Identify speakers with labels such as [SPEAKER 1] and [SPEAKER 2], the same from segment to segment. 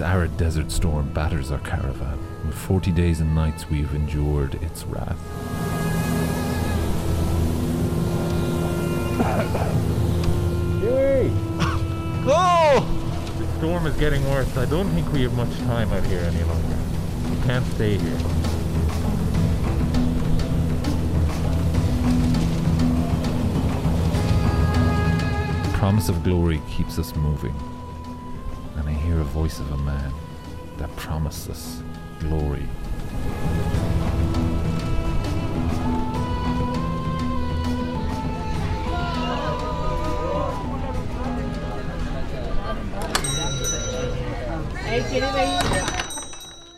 [SPEAKER 1] arid desert storm batters our caravan. and Forty days and nights we have endured its wrath.
[SPEAKER 2] Yay!
[SPEAKER 3] Oh!
[SPEAKER 2] The storm is getting worse. I don't think we have much time out here any longer. We can't stay here.
[SPEAKER 1] The promise of glory keeps us moving. And I hear a voice of a man that promises glory.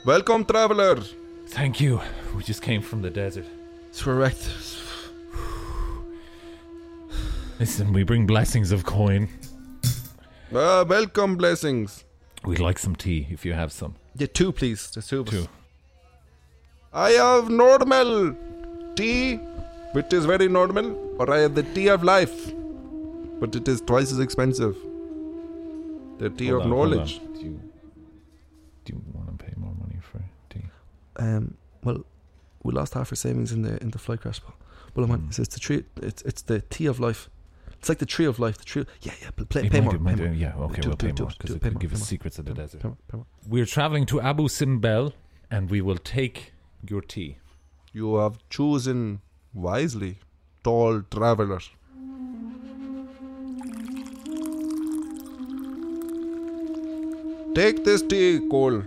[SPEAKER 3] Welcome, traveler!
[SPEAKER 1] Thank you. We just came from the desert.
[SPEAKER 3] It's correct.
[SPEAKER 1] Listen, we bring blessings of coin.
[SPEAKER 3] Ah, welcome, blessings.
[SPEAKER 1] We'd like some tea if you have some.
[SPEAKER 3] Yeah, two, please. There's two of us.
[SPEAKER 1] Two.
[SPEAKER 3] I have normal tea, which is very normal, or I have the tea of life, but it is twice as expensive. The tea
[SPEAKER 1] Hold
[SPEAKER 3] of
[SPEAKER 1] on, hold on.
[SPEAKER 3] knowledge.
[SPEAKER 1] Do you, do you want to pay more money for tea?
[SPEAKER 4] Um, well, we lost half our savings in the in the flight crash. But well, I'm
[SPEAKER 1] Hmm.
[SPEAKER 4] on. It's, it's the tree. It's it's the tea of life. It's like the tree of life. The tree. Yeah, yeah. pl- Play,
[SPEAKER 1] It
[SPEAKER 4] pay
[SPEAKER 1] might
[SPEAKER 4] more.
[SPEAKER 1] do- might
[SPEAKER 4] pay
[SPEAKER 1] do-
[SPEAKER 4] more.
[SPEAKER 1] Yeah, okay,
[SPEAKER 4] Do-
[SPEAKER 1] we'll
[SPEAKER 4] do-
[SPEAKER 1] pay
[SPEAKER 4] do-
[SPEAKER 1] more
[SPEAKER 4] do-
[SPEAKER 1] because it
[SPEAKER 4] pay
[SPEAKER 1] could
[SPEAKER 4] more,
[SPEAKER 1] give
[SPEAKER 4] pay
[SPEAKER 1] us
[SPEAKER 4] more,
[SPEAKER 1] secrets of the desert.
[SPEAKER 4] pay more, pay more.
[SPEAKER 1] We're traveling to Abu Simbel and we will take your tea.
[SPEAKER 3] You have chosen wisely, tall traveler. Take this tea, Cole.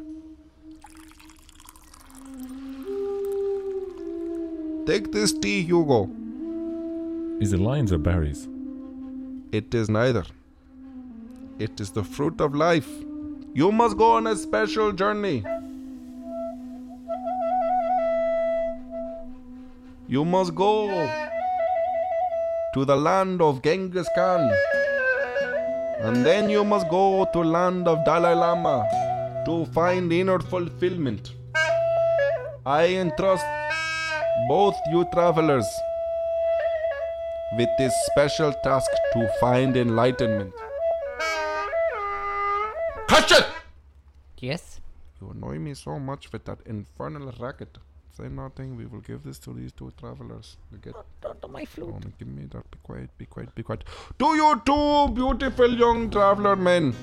[SPEAKER 3] Take this tea, Hugo.
[SPEAKER 1] Is it lions or berries?
[SPEAKER 3] It is neither. It is the fruit of life. You must go on a special journey. You must go to the land of Genghis Khan. And then you must go to land of Dalai Lama to find inner fulfillment. I entrust both you travelers with this special task to find enlightenment. Hutchin!
[SPEAKER 5] Yes.
[SPEAKER 3] You annoy me so much with that infernal racket. Say nothing, we will give this to these two travelers. You get
[SPEAKER 5] my flute.
[SPEAKER 3] only Oh, give me that. Be quiet, be quiet, be quiet. To you two beautiful young traveler men,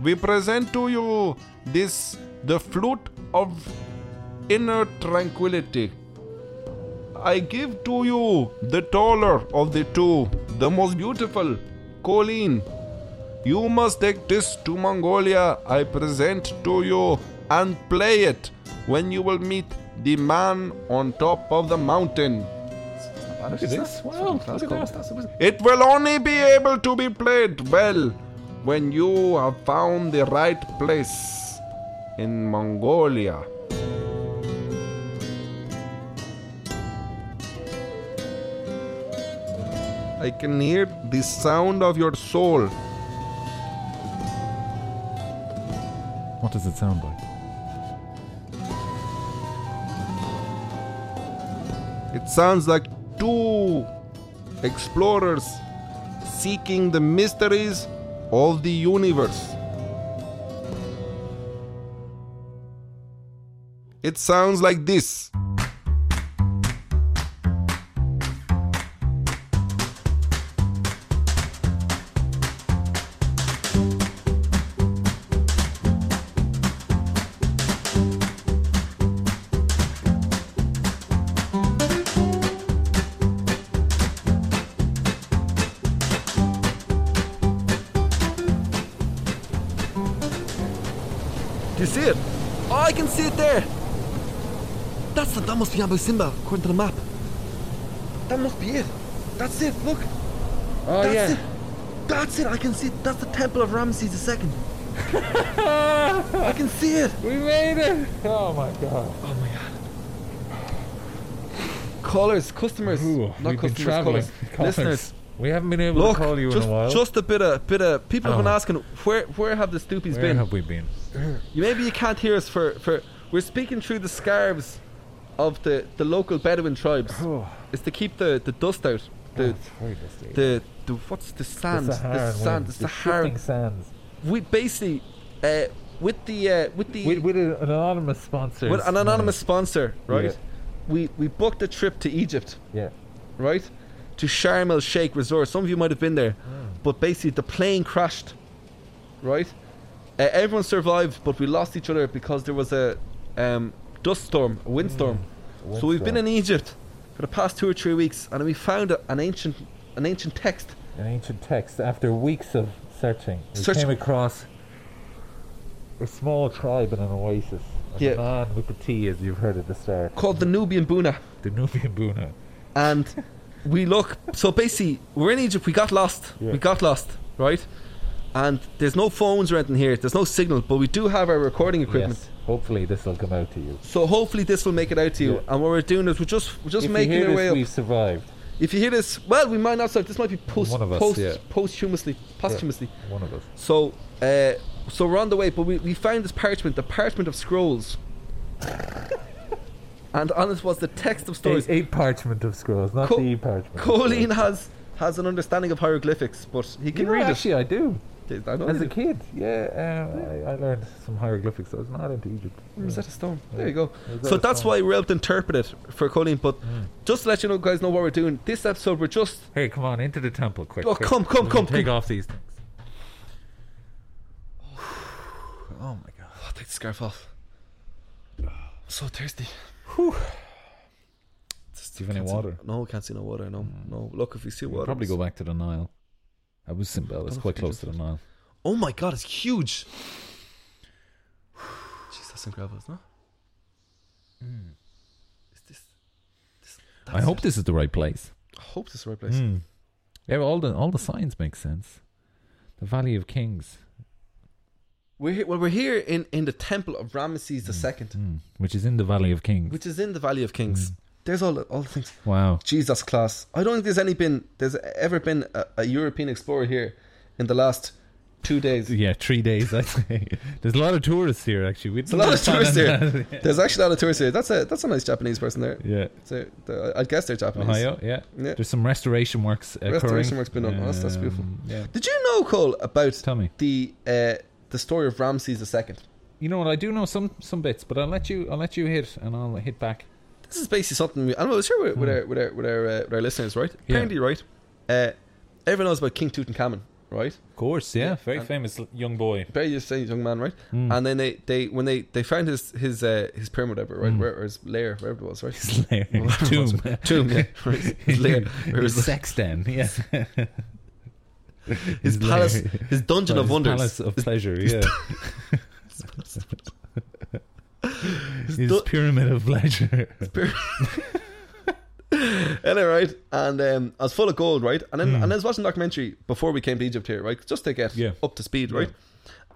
[SPEAKER 3] we present to you this, the flute of inner tranquility. I give to you the taller of the two, the most beautiful, Colleen. You must take this to Mongolia, I present to you, and play it when you will meet the man on top of the mountain.
[SPEAKER 1] Look at this. Wow, look at that. That's amazing.
[SPEAKER 3] It will only be able to be played well when you have found the right place in Mongolia. I can hear the sound of your soul.
[SPEAKER 1] What does it sound like?
[SPEAKER 3] It sounds like two explorers seeking the mysteries of the universe. It sounds like this.
[SPEAKER 4] Do you see it? Oh, I can see it there. That's the that must be Abu Simba according to the map. That must be it. That's it. Look.
[SPEAKER 2] Oh
[SPEAKER 4] That's
[SPEAKER 2] yeah.
[SPEAKER 4] it. That's it. I can see it. That's the temple of Ramses II. I can see it.
[SPEAKER 2] We made it! Oh my god.
[SPEAKER 4] Callers, customers, not customers, callers, listeners.
[SPEAKER 2] We haven't been able
[SPEAKER 4] Look,
[SPEAKER 2] to call you
[SPEAKER 4] just,
[SPEAKER 2] in a while.
[SPEAKER 4] just a bit of bit of people have been
[SPEAKER 2] Oh.
[SPEAKER 4] asking where where have the stoopies
[SPEAKER 1] Where
[SPEAKER 4] been?
[SPEAKER 1] have we been?
[SPEAKER 4] You- Maybe you can't hear us for for we're speaking through the scarves of the the local Bedouin tribes.
[SPEAKER 2] Oh,
[SPEAKER 4] It's to keep the the dust out. The
[SPEAKER 2] it's very dusty.
[SPEAKER 4] the, the what's the sand?
[SPEAKER 2] Saharan
[SPEAKER 4] the sand.
[SPEAKER 2] wind,
[SPEAKER 4] The Sahara.
[SPEAKER 2] shifting sands.
[SPEAKER 4] We basically uh,
[SPEAKER 3] with the uh, with the
[SPEAKER 2] With, with an anonymous sponsor.
[SPEAKER 3] with an anonymous sponsor, right?
[SPEAKER 2] Yeah.
[SPEAKER 3] We we booked a trip to Egypt,
[SPEAKER 2] Yeah.
[SPEAKER 3] right? To Sharm el Sheikh Resort. Some of you might have been there, but basically the plane crashed, right? Uh, everyone survived, but we lost each other because there was a um, dust storm, a windstorm. So we've been in Egypt for the past two or three weeks, and we found a, an ancient an ancient text.
[SPEAKER 2] an ancient text. After weeks of searching, we
[SPEAKER 3] Search-
[SPEAKER 2] came across a small tribe in an oasis. A
[SPEAKER 3] Yeah.
[SPEAKER 2] man with the T, as you've heard at the start,
[SPEAKER 3] called the Nubian Buna.
[SPEAKER 2] the Nubian Buna.
[SPEAKER 3] And we look, so basically, we're in Egypt, we got lost.
[SPEAKER 2] Yeah.
[SPEAKER 3] We got lost, right? And there's no phones or anything here, there's no signal, but we do have our recording equipment.
[SPEAKER 2] Yes. Hopefully, this will come out to you.
[SPEAKER 3] So hopefully this will make it out to you.
[SPEAKER 2] Yeah.
[SPEAKER 3] And what we're doing is we're just we're just
[SPEAKER 2] if
[SPEAKER 3] making
[SPEAKER 2] you hear
[SPEAKER 3] our
[SPEAKER 2] this,
[SPEAKER 3] way up.
[SPEAKER 2] we've survived.
[SPEAKER 3] If you hear this, well, we might not. So this might be post,
[SPEAKER 2] One of us,
[SPEAKER 3] post,
[SPEAKER 2] yeah.
[SPEAKER 3] posthumously, posthumously.
[SPEAKER 2] One of us.
[SPEAKER 3] So, uh, so we're on the way, but we, we found this parchment, the parchment of scrolls, and on it was the text of stories.
[SPEAKER 2] A, a parchment of scrolls, not
[SPEAKER 3] Co-
[SPEAKER 2] the parchment. of
[SPEAKER 3] Colleen
[SPEAKER 2] scrolls.
[SPEAKER 3] has has an understanding of hieroglyphics, but he
[SPEAKER 2] You
[SPEAKER 3] can
[SPEAKER 2] know,
[SPEAKER 3] read
[SPEAKER 2] actually, I do.
[SPEAKER 3] it. I know
[SPEAKER 2] As
[SPEAKER 3] you
[SPEAKER 2] a
[SPEAKER 3] do.
[SPEAKER 2] kid, yeah, um, I, I learned some hieroglyphics. I was not into Egypt.
[SPEAKER 3] Or is that a stone? There you go.
[SPEAKER 2] Is that
[SPEAKER 3] So
[SPEAKER 2] a
[SPEAKER 3] that's
[SPEAKER 2] stone? Mm.
[SPEAKER 3] why we're able to interpret it for Colleen. But just to let you know, guys, know what we're doing. This episode, we're just
[SPEAKER 2] Hey, come on into the temple, quick!
[SPEAKER 3] Oh,
[SPEAKER 2] quick.
[SPEAKER 3] come, come,
[SPEAKER 2] We
[SPEAKER 3] come,
[SPEAKER 2] Take
[SPEAKER 3] come.
[SPEAKER 2] off these things. Oh my god!
[SPEAKER 3] I'll take the scarf off. I'm so thirsty.
[SPEAKER 1] Do you have any
[SPEAKER 3] Can't see-
[SPEAKER 1] water?
[SPEAKER 3] No, can't see no water. No, no. Look, if you see
[SPEAKER 1] We'll
[SPEAKER 3] water,
[SPEAKER 1] probably
[SPEAKER 3] it's-
[SPEAKER 1] go back to the Nile. I was in Bell. It's
[SPEAKER 3] Don't
[SPEAKER 1] quite
[SPEAKER 3] forget
[SPEAKER 1] close to the Nile.
[SPEAKER 3] Oh my god, it's huge. Jeez, that's incredible, isn't it?
[SPEAKER 1] Mm.
[SPEAKER 3] Is this, this
[SPEAKER 1] I
[SPEAKER 3] that's
[SPEAKER 1] hope
[SPEAKER 3] it.
[SPEAKER 1] this is the right place.
[SPEAKER 3] I hope this is the right place.
[SPEAKER 1] Mm. Yeah, well, all the all the signs make sense. The Valley of Kings,
[SPEAKER 3] We're here, well, we're here in, in the temple of Ramesses II,
[SPEAKER 1] mm, which is in the Valley of Kings.
[SPEAKER 3] which is in the Valley of Kings. There's all the, all the things.
[SPEAKER 1] wow.
[SPEAKER 3] Jesus class. I don't think there's any been there's ever been a, a European explorer here in the last two days.
[SPEAKER 1] Yeah, three days. I say. There's a lot of tourists here. Actually, we
[SPEAKER 3] There's a lot of tourists here. There's actually a lot of tourists here. That's a that's a nice Japanese person there.
[SPEAKER 1] Yeah,
[SPEAKER 3] So the- I guess they're Japanese.
[SPEAKER 1] Ohio. Yeah.
[SPEAKER 3] Yeah.
[SPEAKER 1] there's some restoration works occurring. Um,
[SPEAKER 3] Restoration work's been done. Oh, that's- that's beautiful.
[SPEAKER 1] Yeah,
[SPEAKER 3] Did you know, Cole, about
[SPEAKER 1] tell me.
[SPEAKER 3] the uh, the story of Ramses II?
[SPEAKER 1] You know what? I do know some some bits, but I'll let you. I'll let you hit, and I'll hit back.
[SPEAKER 3] This is basically something we, I don't know, sure with, with,
[SPEAKER 1] Hmm.
[SPEAKER 3] our, with, our, with, our, uh, with our listeners, right? Apparently, right? Uh, everyone knows about King Tutankhamun, right?
[SPEAKER 1] Of course. Yeah, very
[SPEAKER 3] and-
[SPEAKER 1] famous l- young boy.
[SPEAKER 3] Very just saying, young man, right?
[SPEAKER 1] Mm.
[SPEAKER 3] And then they, they when they, they found his his uh, his pyramid, whatever,
[SPEAKER 1] Hmm.
[SPEAKER 3] right? Where, or his lair, wherever it was, right?
[SPEAKER 1] Slayer.
[SPEAKER 3] Whatever it was,
[SPEAKER 1] Tomb.
[SPEAKER 3] right? tomb, yeah. Right, His lair, where
[SPEAKER 1] His
[SPEAKER 3] his,
[SPEAKER 1] sexton. Yeah.
[SPEAKER 3] his
[SPEAKER 1] lair.
[SPEAKER 3] palace, his dungeon
[SPEAKER 1] Well,
[SPEAKER 3] of
[SPEAKER 1] his
[SPEAKER 3] wonders.
[SPEAKER 1] Palace of pleasure. Yeah. His
[SPEAKER 3] du-
[SPEAKER 1] pyramid of pleasure.
[SPEAKER 3] Anyway, right? And um, I was full of gold, right? And then and I was watching a documentary before we came to Egypt here, right? Just to get
[SPEAKER 1] Hmm. Yeah.
[SPEAKER 3] up to speed, right?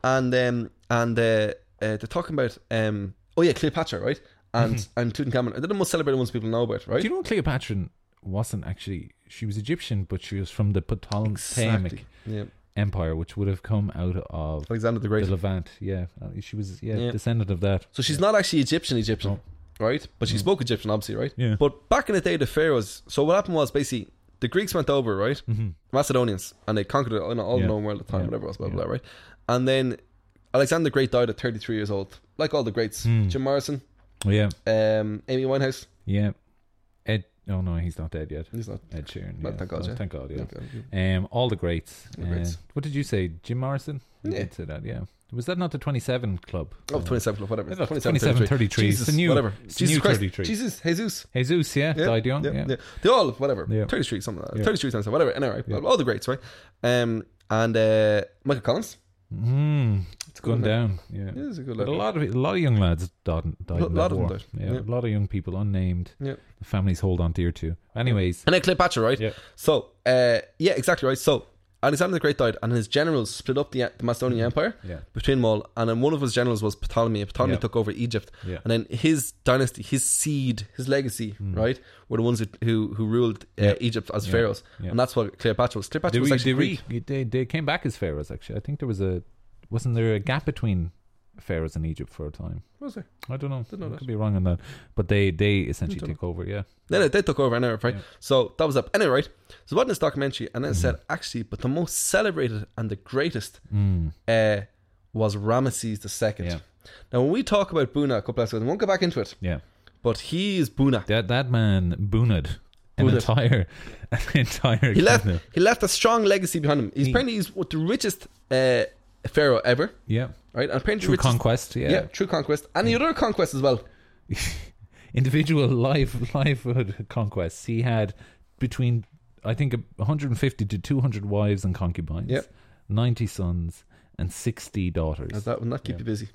[SPEAKER 3] And um, and uh, uh, they're talking about um, oh yeah, Cleopatra, right? And and Tutankhamun. They're the most celebrated ones people know about, right?
[SPEAKER 1] Mm-hmm. Do you know Cleopatra wasn't actually? She was Egyptian, but she was from the Ptolemaic
[SPEAKER 3] Exactly. Yeah,
[SPEAKER 1] Empire, which would have come out of
[SPEAKER 3] Alexander the Great.
[SPEAKER 1] the Levant. Yeah, Uh, she was yeah,
[SPEAKER 3] Yeah.
[SPEAKER 1] descendant of that.
[SPEAKER 3] So she's not actually Egyptian, Egyptian, right? But she spoke Egyptian, obviously, right?
[SPEAKER 1] Mm. Yeah.
[SPEAKER 3] But back in the day, the pharaohs. So what happened was basically the Greeks went over, right? Macedonians, and they conquered it, you know,
[SPEAKER 1] Mm-hmm.
[SPEAKER 3] all
[SPEAKER 1] Yeah.
[SPEAKER 3] the known world at the time,
[SPEAKER 1] Yeah.
[SPEAKER 3] whatever else, blah blah,
[SPEAKER 1] Yeah.
[SPEAKER 3] blah, right? And then Alexander the Great died at 33 years old, like all the greats.
[SPEAKER 1] Hmm.
[SPEAKER 3] Jim Morrison,
[SPEAKER 1] Yeah,
[SPEAKER 3] um, Amy Winehouse.
[SPEAKER 1] yeah. Ed, oh no, he's not dead yet.
[SPEAKER 3] He's not.
[SPEAKER 1] Ed Sheeran.
[SPEAKER 3] Well,
[SPEAKER 1] yeah.
[SPEAKER 3] thank God,
[SPEAKER 1] Oh,
[SPEAKER 3] yeah.
[SPEAKER 1] Thank God. Yeah.
[SPEAKER 3] Okay.
[SPEAKER 1] Um, all the greats.
[SPEAKER 3] the greats.
[SPEAKER 1] Uh, what did you say, Jim Morrison? You
[SPEAKER 3] Yeah.
[SPEAKER 1] did say that. Yeah. Was that not the twenty-seven club?
[SPEAKER 3] Oh, 27, club, whatever.
[SPEAKER 1] Yeah, look,
[SPEAKER 3] 27,
[SPEAKER 1] 27, 33. It's
[SPEAKER 3] Jesus,
[SPEAKER 1] the new-
[SPEAKER 3] whatever.
[SPEAKER 1] it's the
[SPEAKER 3] Jesus
[SPEAKER 1] new
[SPEAKER 3] Christ.
[SPEAKER 1] 33.
[SPEAKER 3] Jesus, Jesus.
[SPEAKER 1] Jesus, yeah,
[SPEAKER 3] Yeah,
[SPEAKER 1] died young. Yeah,
[SPEAKER 3] yeah. They all, whatever.
[SPEAKER 1] Yeah.
[SPEAKER 3] 33, something like that.
[SPEAKER 1] Yeah.
[SPEAKER 3] 33, something, whatever. Anyway, all the greats, right? Um, and uh, Michael Collins.
[SPEAKER 1] Mm, it's going
[SPEAKER 3] good,
[SPEAKER 1] down. Yeah.
[SPEAKER 3] Yeah, he's a good
[SPEAKER 1] But a
[SPEAKER 3] lad.
[SPEAKER 1] lot of a lot of young lads died. died
[SPEAKER 3] Lo-
[SPEAKER 1] in
[SPEAKER 3] lot
[SPEAKER 1] that
[SPEAKER 3] of them
[SPEAKER 1] war.
[SPEAKER 3] died.
[SPEAKER 1] Yeah,
[SPEAKER 3] Yeah.
[SPEAKER 1] a lot of young people, unnamed.
[SPEAKER 3] Yeah.
[SPEAKER 1] The families hold on dear to. Anyways,
[SPEAKER 3] And then Cleopatra, right?
[SPEAKER 1] Yeah.
[SPEAKER 3] So, uh, yeah, exactly right. So, Alexander the Great died, and his generals split up the, the Macedonian Empire
[SPEAKER 1] Yeah.
[SPEAKER 3] between them all. And then one of his generals was Ptolemy, and Ptolemy
[SPEAKER 1] Yeah.
[SPEAKER 3] took over Egypt.
[SPEAKER 1] Yeah. Mm.
[SPEAKER 3] And then his dynasty, his seed, his legacy, right, were the ones who who, who ruled uh, Egypt as pharaohs.
[SPEAKER 1] Yeah.
[SPEAKER 3] And that's what Cleopatra was. Cleopatra
[SPEAKER 1] they,
[SPEAKER 3] was
[SPEAKER 1] re-
[SPEAKER 3] actually
[SPEAKER 1] they,
[SPEAKER 3] Greek.
[SPEAKER 1] re- they they came back as pharaohs. Actually, I think there was a wasn't there a gap between pharaohs and Egypt for a time.
[SPEAKER 3] Was there?
[SPEAKER 1] I don't know.
[SPEAKER 3] Didn't know
[SPEAKER 1] I
[SPEAKER 3] that.
[SPEAKER 1] could be wrong on that. But they they essentially
[SPEAKER 3] Didn't
[SPEAKER 1] took over. Yeah.
[SPEAKER 3] No, no, they took over anyway, right?
[SPEAKER 1] Yeah.
[SPEAKER 3] So that was up. Anyway, right? So what in this
[SPEAKER 1] Mm-hmm.
[SPEAKER 3] documentary, and then it said, actually, but the most celebrated and the greatest
[SPEAKER 1] Mm.
[SPEAKER 3] uh, was Ramesses the second.
[SPEAKER 1] Yeah.
[SPEAKER 3] Now, when we talk about Buna a couple episodes, we won't go back into it,
[SPEAKER 1] Yeah.
[SPEAKER 3] but he is Buna.
[SPEAKER 1] That that man booned an
[SPEAKER 3] Booned.
[SPEAKER 1] entire an entire
[SPEAKER 3] He left.
[SPEAKER 1] kingdom.
[SPEAKER 3] He left a strong legacy behind him.
[SPEAKER 1] Mm.
[SPEAKER 3] He's apparently he's the richest uh, pharaoh ever,
[SPEAKER 1] Yeah.
[SPEAKER 3] right? And apparently the
[SPEAKER 1] True
[SPEAKER 3] richest-
[SPEAKER 1] conquest, Mm.
[SPEAKER 3] yeah.
[SPEAKER 1] yeah.
[SPEAKER 3] true conquest, and the other conquests as well.
[SPEAKER 1] Individual life livelihood conquests. He had between I think 150 to 200 wives and concubines,
[SPEAKER 3] Yep.
[SPEAKER 1] 90 sons and 60
[SPEAKER 3] Now,
[SPEAKER 1] daughters.
[SPEAKER 3] that would not keep you busy.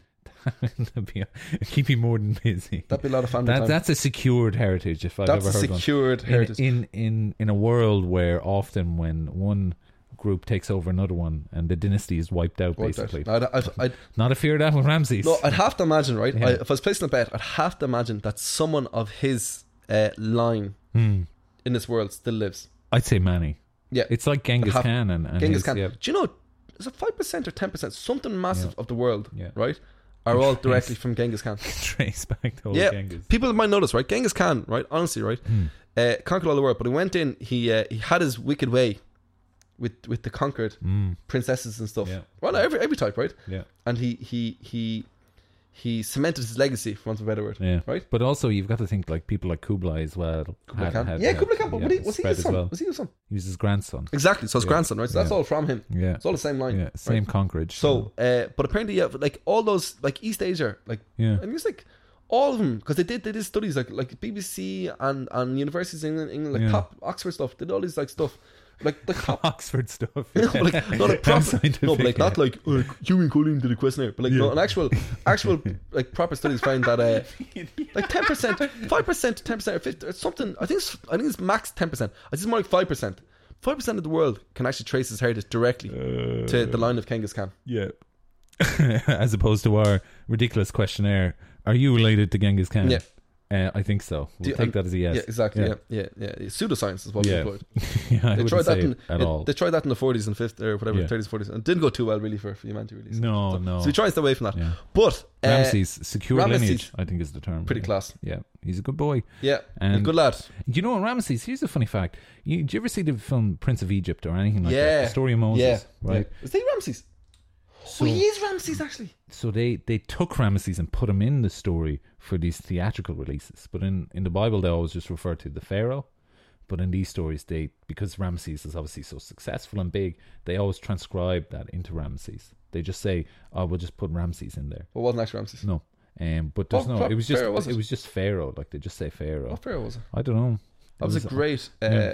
[SPEAKER 1] That'd be- keep you more than busy.
[SPEAKER 3] That'd be a lot of family
[SPEAKER 1] That-
[SPEAKER 3] time.
[SPEAKER 1] that's a secured heritage if I've
[SPEAKER 3] That's
[SPEAKER 1] ever
[SPEAKER 3] a
[SPEAKER 1] heard one.
[SPEAKER 3] secured
[SPEAKER 1] in,
[SPEAKER 3] heritage.
[SPEAKER 1] in in in a world where often when one group takes over another one and the dynasty is wiped out
[SPEAKER 3] Worked out.
[SPEAKER 1] basically
[SPEAKER 3] Now, I'd, I'd, I'd,
[SPEAKER 1] not a fear of that with ramses
[SPEAKER 3] no, uh, I'd have to imagine, right?
[SPEAKER 1] Yeah.
[SPEAKER 3] I, if I was placing a bet, I'd have to imagine that someone of his uh, line
[SPEAKER 1] Hmm.
[SPEAKER 3] in this world still lives.
[SPEAKER 1] i'd say manny
[SPEAKER 3] Yeah.
[SPEAKER 1] it's like genghis
[SPEAKER 3] Half-
[SPEAKER 1] khan and, and
[SPEAKER 3] Genghis
[SPEAKER 1] his-
[SPEAKER 3] Khan.
[SPEAKER 1] yeah.
[SPEAKER 3] Do you know, is it 5% or 10%, something massive of the world,
[SPEAKER 1] Yeah.
[SPEAKER 3] right, are all directly from Genghis Khan.
[SPEAKER 1] trace back to old
[SPEAKER 3] Yeah,
[SPEAKER 1] genghis Hmm.
[SPEAKER 3] people might notice, right? Genghis Khan, right? Honestly, right? Uh, conquered all the world, but he went in. He uh, he had his wicked way with with the conquered
[SPEAKER 1] mm,
[SPEAKER 3] princesses and stuff.
[SPEAKER 1] Yeah.
[SPEAKER 3] Well, every every type, right?
[SPEAKER 1] yeah
[SPEAKER 3] And he he he he cemented his legacy, for want of a better word.
[SPEAKER 1] yeah
[SPEAKER 3] Right?
[SPEAKER 1] but also you've got to think like people like kublai as well
[SPEAKER 3] Kublai
[SPEAKER 1] had-
[SPEAKER 3] Khan.
[SPEAKER 1] had,
[SPEAKER 3] yeah,
[SPEAKER 1] uh,
[SPEAKER 3] Kublai Khan. But what he-
[SPEAKER 1] the
[SPEAKER 3] was he
[SPEAKER 1] spread
[SPEAKER 3] his
[SPEAKER 1] as
[SPEAKER 3] son?
[SPEAKER 1] well.
[SPEAKER 3] Was he his son?
[SPEAKER 1] he was his grandson
[SPEAKER 3] Exactly. So his
[SPEAKER 1] Yeah.
[SPEAKER 3] grandson, right? So that's
[SPEAKER 1] Yeah.
[SPEAKER 3] all from him.
[SPEAKER 1] yeah
[SPEAKER 3] It's all the same line.
[SPEAKER 1] yeah
[SPEAKER 3] right?
[SPEAKER 1] same conquerage
[SPEAKER 3] So, uh, but apparently, yeah, like all those, like East Asia, like
[SPEAKER 1] yeah
[SPEAKER 3] and it's like all of them because they did they did studies like like BBC and and universities in England, England like
[SPEAKER 1] Yeah.
[SPEAKER 3] top Oxford stuff did all these like stuff like the top
[SPEAKER 1] oxford stuff
[SPEAKER 3] like not a proper no but like not like uh, Hugh and Colleen did a questionnaire eh? but like no, an actual actual like proper studies find that uh, like ten percent five percent ten percent or fifty or something I think it's, I think it's max ten percent I think it's more like five percent five percent of the world can actually trace his heritage directly to the line of Genghis Khan
[SPEAKER 1] Uh, Yeah. As opposed to our ridiculous questionnaire, are you related to Genghis Khan?
[SPEAKER 3] Yeah.
[SPEAKER 1] Uh, I think so. We'll
[SPEAKER 3] Do you-
[SPEAKER 1] take
[SPEAKER 3] um,
[SPEAKER 1] that as a yes.
[SPEAKER 3] yeah exactly
[SPEAKER 1] Yeah.
[SPEAKER 3] yeah yeah yeah, pseudoscience is what we
[SPEAKER 1] Yeah.
[SPEAKER 3] employed
[SPEAKER 1] Yeah, I
[SPEAKER 3] they
[SPEAKER 1] wouldn't
[SPEAKER 3] tried
[SPEAKER 1] say
[SPEAKER 3] that in,
[SPEAKER 1] it at
[SPEAKER 3] it-
[SPEAKER 1] all.
[SPEAKER 3] They tried that in the forties and fifties or whatever,
[SPEAKER 1] Yeah.
[SPEAKER 3] thirties, forties, and it didn't go too well really for, for humanity really. So,
[SPEAKER 1] no,
[SPEAKER 3] so,
[SPEAKER 1] no.
[SPEAKER 3] So we try and stay away from that.
[SPEAKER 1] Yeah.
[SPEAKER 3] But uh,
[SPEAKER 1] Ramses, secure
[SPEAKER 3] Ramesses-
[SPEAKER 1] lineage, I think is the term.
[SPEAKER 3] pretty
[SPEAKER 1] yeah.
[SPEAKER 3] class.
[SPEAKER 1] Yeah, he's a good boy.
[SPEAKER 3] Yeah,
[SPEAKER 1] And-
[SPEAKER 3] good lad.
[SPEAKER 1] You know what, Ramesses? Here's a funny fact. You, did you ever see the film Prince of Egypt or anything like that?
[SPEAKER 3] Yeah.
[SPEAKER 1] The story of Moses,
[SPEAKER 3] yeah,
[SPEAKER 1] right?
[SPEAKER 3] yeah. Is he Ramses?
[SPEAKER 1] So,
[SPEAKER 3] oh, he is Ramses actually.
[SPEAKER 1] so they they took Ramesses and put him in the story for these theatrical releases. But in in the Bible, they always just refer to the Pharaoh. But in these stories, they because Ramesses is obviously so successful and big, they always transcribe that into Ramesses. They just say, "Oh, we'll just put Ramesses in there."
[SPEAKER 3] Well, wasn't actually Ramses.
[SPEAKER 1] No, um, but there's
[SPEAKER 3] What
[SPEAKER 1] no.
[SPEAKER 3] fa-
[SPEAKER 1] It was just
[SPEAKER 3] pharaoh was
[SPEAKER 1] it?
[SPEAKER 3] it?
[SPEAKER 1] was just Pharaoh. Like they just say Pharaoh.
[SPEAKER 3] What pharaoh was it?
[SPEAKER 1] I don't know.
[SPEAKER 3] That was, a great. Uh,
[SPEAKER 1] yeah.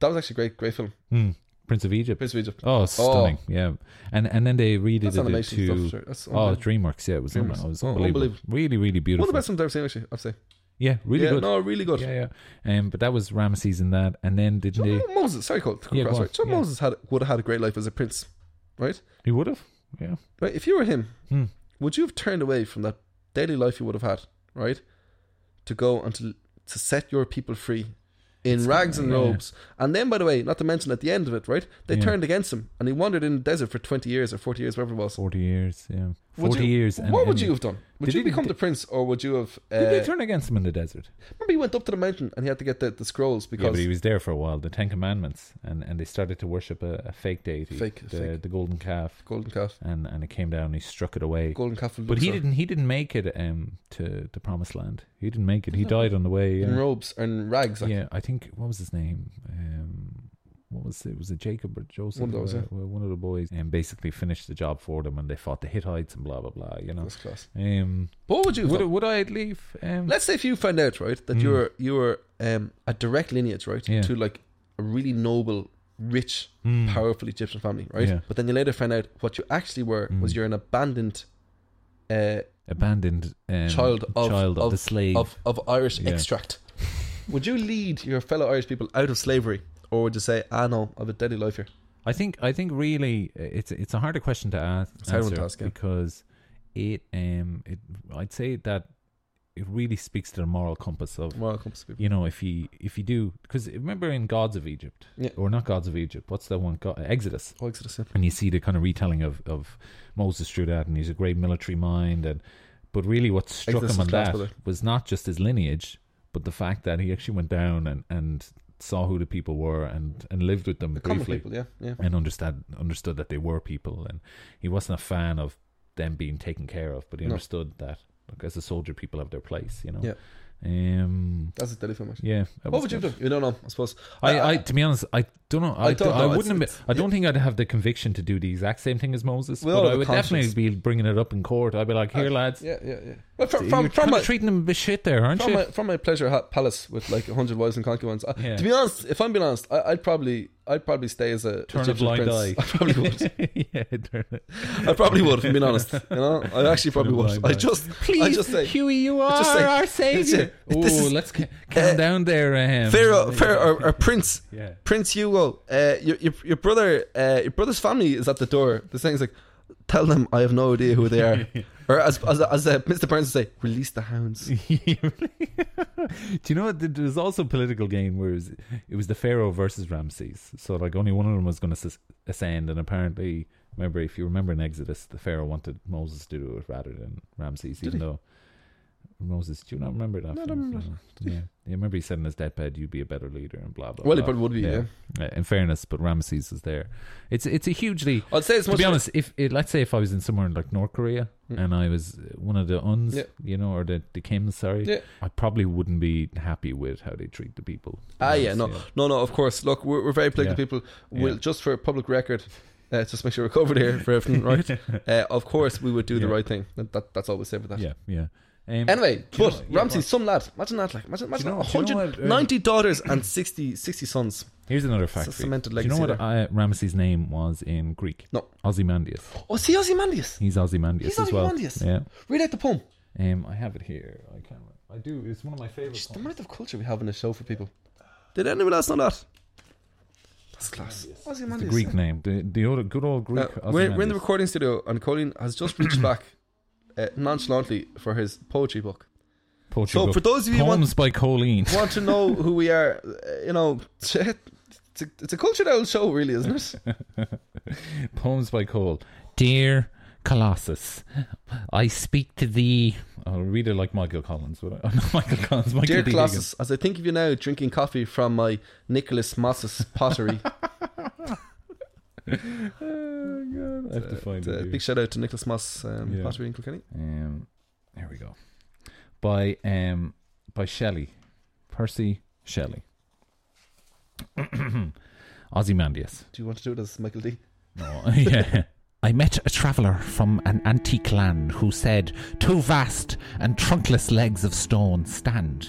[SPEAKER 3] That was actually a great, great film.
[SPEAKER 1] Hmm, Prince of Egypt.
[SPEAKER 3] Prince of Egypt.
[SPEAKER 1] Oh, stunning! Yeah, and and then they redid
[SPEAKER 3] That's
[SPEAKER 1] it
[SPEAKER 3] animation
[SPEAKER 1] to
[SPEAKER 3] stuff. Sure. That's
[SPEAKER 1] oh
[SPEAKER 3] unbelievable.
[SPEAKER 1] DreamWorks. Yeah, it was,
[SPEAKER 3] DreamWorks.
[SPEAKER 1] it was
[SPEAKER 3] Oh,
[SPEAKER 1] unbelievable.
[SPEAKER 3] unbelievable.
[SPEAKER 1] really, really beautiful.
[SPEAKER 3] one of the best films I've ever seen actually. I'd say.
[SPEAKER 1] Yeah, really
[SPEAKER 3] yeah,
[SPEAKER 1] good.
[SPEAKER 3] no, really good.
[SPEAKER 1] Yeah, yeah. Um, but that was Ramesses in that, and then didn't
[SPEAKER 3] John
[SPEAKER 1] they?
[SPEAKER 3] Moses, sorry, Cole, to
[SPEAKER 1] Yeah, go
[SPEAKER 3] cross,
[SPEAKER 1] on.
[SPEAKER 3] right? John
[SPEAKER 1] Yeah.
[SPEAKER 3] Moses had would have had a great life as a prince, right?
[SPEAKER 1] He would have. Yeah.
[SPEAKER 3] Right, if you were him,
[SPEAKER 1] Hmm.
[SPEAKER 3] would you have turned away from that daily life you would have had, right? To go and to, to set your people free in rags and
[SPEAKER 1] yeah.
[SPEAKER 3] robes. And then, by the way, not to mention at the end of it, right? They
[SPEAKER 1] Yeah.
[SPEAKER 3] turned against him and he wandered in the desert for 20 years or 40 years, whatever it was.
[SPEAKER 1] Forty years. Yeah.
[SPEAKER 3] Would
[SPEAKER 1] Forty
[SPEAKER 3] you-
[SPEAKER 1] years. And,
[SPEAKER 3] What would
[SPEAKER 1] and-
[SPEAKER 3] you have done? Would
[SPEAKER 1] Did
[SPEAKER 3] you
[SPEAKER 1] he-
[SPEAKER 3] become
[SPEAKER 1] did-
[SPEAKER 3] the prince or would you have. Uh,
[SPEAKER 1] Did they turn against him in the desert?
[SPEAKER 3] remember, he went up to the mountain and he had to get the, the scrolls
[SPEAKER 1] Yeah,
[SPEAKER 3] because.
[SPEAKER 1] but he was there for a while. The Ten Commandments, and, and they started to worship a, a fake deity,
[SPEAKER 3] Fake-
[SPEAKER 1] the
[SPEAKER 3] fake.
[SPEAKER 1] the golden calf,
[SPEAKER 3] golden calf.
[SPEAKER 1] and and it came down. and He struck it away.
[SPEAKER 3] Golden calf. of
[SPEAKER 1] but he
[SPEAKER 3] Luxor.
[SPEAKER 1] didn't. He didn't make it um to the promised land. He didn't make it. He died on the way.
[SPEAKER 3] In
[SPEAKER 1] Yeah.
[SPEAKER 3] robes and rags. Like,
[SPEAKER 1] Yeah, I think what was his name? Um, what was it? Was it Jacob or Joseph?
[SPEAKER 3] One of those,
[SPEAKER 1] Uh,
[SPEAKER 3] yeah.
[SPEAKER 1] well, one of the boys, and basically finished the job for them, and they fought the Hittites and blah blah blah. You know,
[SPEAKER 3] That's class.
[SPEAKER 1] um,
[SPEAKER 3] What would you have
[SPEAKER 1] would
[SPEAKER 3] done?
[SPEAKER 1] would I leave? Um,
[SPEAKER 3] Let's say if you find out, right, that
[SPEAKER 1] Mm.
[SPEAKER 3] you're you're um, a direct lineage, right,
[SPEAKER 1] Yeah.
[SPEAKER 3] to like a really noble, rich,
[SPEAKER 1] Mm.
[SPEAKER 3] powerful Egyptian family, right?
[SPEAKER 1] Yeah.
[SPEAKER 3] But then you later find out what you actually were
[SPEAKER 1] Mm.
[SPEAKER 3] was you're an abandoned uh,
[SPEAKER 1] abandoned um,
[SPEAKER 3] child of
[SPEAKER 1] child of, the slave.
[SPEAKER 3] of, of Irish
[SPEAKER 1] Yeah.
[SPEAKER 3] extract. would you lead your fellow Irish people out of slavery, or would you say, "Ah, no, I've a deadly life here"?
[SPEAKER 1] I think I think really uh, it's it's a harder question to ask
[SPEAKER 3] It's a hard one
[SPEAKER 1] answer
[SPEAKER 3] to ask, yeah.
[SPEAKER 1] because it um it I'd say that it really speaks to the moral compass of
[SPEAKER 3] Well, it comes to people.
[SPEAKER 1] you know if you if you do because remember in Gods of Egypt
[SPEAKER 3] Yeah.
[SPEAKER 1] or not Gods of Egypt what's that one God, Exodus
[SPEAKER 3] Oh, Exodus, yeah.
[SPEAKER 1] and you see the kind of retelling of, of Moses through that, and he's a great military mind. And but really, what struck
[SPEAKER 3] Exodus
[SPEAKER 1] him on
[SPEAKER 3] is class,
[SPEAKER 1] that
[SPEAKER 3] brother.
[SPEAKER 1] was not just his lineage, but the fact that he actually went down and, and saw who the people were and, and lived with them
[SPEAKER 3] The common
[SPEAKER 1] briefly
[SPEAKER 3] people, yeah, yeah.
[SPEAKER 1] and understand understood that they were people. And he wasn't a fan of them being taken care of, but he
[SPEAKER 3] No.
[SPEAKER 1] understood that look as a soldier, people have their place, you know.
[SPEAKER 3] Yeah.
[SPEAKER 1] Um.
[SPEAKER 3] That's a telephone match.
[SPEAKER 1] Yeah. that
[SPEAKER 3] What
[SPEAKER 1] was
[SPEAKER 3] would you
[SPEAKER 1] good.
[SPEAKER 3] do? You don't know, I suppose.
[SPEAKER 1] I, I, to be honest, I don't know. I,
[SPEAKER 3] I don't
[SPEAKER 1] don't- I
[SPEAKER 3] know.
[SPEAKER 1] wouldn't.
[SPEAKER 3] It's-
[SPEAKER 1] admit- I don't think I'd have the conviction to do the exact same thing as Moses.
[SPEAKER 3] We all
[SPEAKER 1] but
[SPEAKER 3] have
[SPEAKER 1] I
[SPEAKER 3] a
[SPEAKER 1] would
[SPEAKER 3] conscience. Uh,
[SPEAKER 1] definitely be bringing it up in court. I'd be like, "Here, lads,
[SPEAKER 3] Yeah, yeah, yeah.
[SPEAKER 1] you're
[SPEAKER 3] Well, from, from, from,
[SPEAKER 1] kinda
[SPEAKER 3] my,
[SPEAKER 1] treating them a bit shit there, aren't
[SPEAKER 3] from,
[SPEAKER 1] you?"
[SPEAKER 3] my, from my pleasure ha- palace with like 100 wives and concubines. I,
[SPEAKER 1] Yeah.
[SPEAKER 3] To be honest, if I'm being honest, I, I'd probably I'd probably stay as a
[SPEAKER 1] Turn a
[SPEAKER 3] Egyptian
[SPEAKER 1] blind
[SPEAKER 3] prince.
[SPEAKER 1] eye.
[SPEAKER 3] I probably would.
[SPEAKER 1] yeah, turn it.
[SPEAKER 3] I probably would, if I'm being honest. You know, I actually probably would.
[SPEAKER 1] blind
[SPEAKER 3] I
[SPEAKER 1] eye.
[SPEAKER 3] just, I just say,
[SPEAKER 1] Huey, you
[SPEAKER 3] I just say-
[SPEAKER 1] Oh,
[SPEAKER 3] This is- uh,
[SPEAKER 1] let's ca- calm down there, um,
[SPEAKER 3] Pharaoh, Pharaoh, or, or Prince,
[SPEAKER 1] Yeah.
[SPEAKER 3] Prince Hugo, uh, your, your your brother, uh, your brother's family is at the door. The thing's like, tell them I have no idea who they are, or as as, as uh, Mr. Burns would say, release the hounds.
[SPEAKER 1] Do you know what? There was also a political game where it was, it was the Pharaoh versus Ramses. So, like, only one of them was going to ascend. And apparently, remember, if you remember in Exodus, the Pharaoh wanted Moses to do it rather than Ramses, even though Moses, do you not remember that? No, Yeah. yeah, remember he said in his deathbed, you'd be a better leader and blah, blah,
[SPEAKER 3] Well, he
[SPEAKER 1] blah.
[SPEAKER 3] probably would be,
[SPEAKER 1] Uh, In fairness, but Ramses is there. It's, it's a hugely.
[SPEAKER 3] I'd say it's
[SPEAKER 1] to
[SPEAKER 3] much
[SPEAKER 1] be honest, if it, let's say if I was in somewhere in like North Korea and I was one of the uns,
[SPEAKER 3] Mm. Yeah.
[SPEAKER 1] you know, or the the Kims, sorry,
[SPEAKER 3] Yeah.
[SPEAKER 1] I probably wouldn't be happy with how they treat the people. to be
[SPEAKER 3] Ah, yeah,
[SPEAKER 1] honest,
[SPEAKER 3] no, no, no. Of course, look, we're, we're very political
[SPEAKER 1] Yeah.
[SPEAKER 3] people. We'll
[SPEAKER 1] Yeah.
[SPEAKER 3] just for public record, uh, just make sure we're covered here for everything, right? uh, of course, we would do the
[SPEAKER 1] Yeah.
[SPEAKER 3] right thing. That, that, that's all we say for that.
[SPEAKER 1] yeah, yeah. Um,
[SPEAKER 3] Anyway,
[SPEAKER 1] Do you
[SPEAKER 3] but
[SPEAKER 1] know- yeah,
[SPEAKER 3] Ramsey, some lad. Imagine that, like, imagine, imagine
[SPEAKER 1] know- do you know
[SPEAKER 3] 190
[SPEAKER 1] what, um,
[SPEAKER 3] daughters and 60, 60 sons.
[SPEAKER 1] here's another fact.
[SPEAKER 3] a
[SPEAKER 1] for you.
[SPEAKER 3] cemented
[SPEAKER 1] Do you know
[SPEAKER 3] legacy
[SPEAKER 1] what uh, Ramesses' name was in Greek?
[SPEAKER 3] No.
[SPEAKER 1] Ozymandias.
[SPEAKER 3] Oh, see Ozymandias.
[SPEAKER 1] He's Ozymandias
[SPEAKER 3] He's
[SPEAKER 1] as well.
[SPEAKER 3] Ozymandias.
[SPEAKER 1] Yeah.
[SPEAKER 3] Read out the poem.
[SPEAKER 1] Um, I have it here. I can't. I do. It's one of my favorite.
[SPEAKER 3] Just the amount of culture we have in the show for people. Did anyone else know that? That's class.
[SPEAKER 1] The
[SPEAKER 3] Ozymandias.
[SPEAKER 1] Greek name, the the old, good old
[SPEAKER 3] Uh,
[SPEAKER 1] Greek.
[SPEAKER 3] we're, we're in the
[SPEAKER 1] Ozymandias.
[SPEAKER 3] recording studio, and Colleen has just reached back uh, nonchalantly for his poetry book.
[SPEAKER 1] Poetry
[SPEAKER 3] So
[SPEAKER 1] book.
[SPEAKER 3] for those of you who want,
[SPEAKER 1] poems by Colleen.
[SPEAKER 3] want to know who we are, uh, you know, it's a, it's a cultural show, really, isn't it?
[SPEAKER 1] Poems by Cole. Dear Colossus, I speak to thee. I'll read it like Michael Collins, but I, not Michael Collins. Michael
[SPEAKER 3] Dear
[SPEAKER 1] D. Higgins.
[SPEAKER 3] Colossus, as I think of you now, drinking coffee from my Nicholas Mosses pottery.
[SPEAKER 1] Oh, Uh, God. I have to find
[SPEAKER 3] Uh,
[SPEAKER 1] it. here.
[SPEAKER 3] big shout out to Nicholas Moss um,
[SPEAKER 1] Yeah.
[SPEAKER 3] pottery in Kilkenny.
[SPEAKER 1] Um, there we go. By um by Shelley, Percy Shelley. Ozymandias.
[SPEAKER 3] Do you want to do it as Michael D?
[SPEAKER 1] No, yeah.
[SPEAKER 5] I met a traveller from an antique land who said, Two vast and trunkless legs of stone stand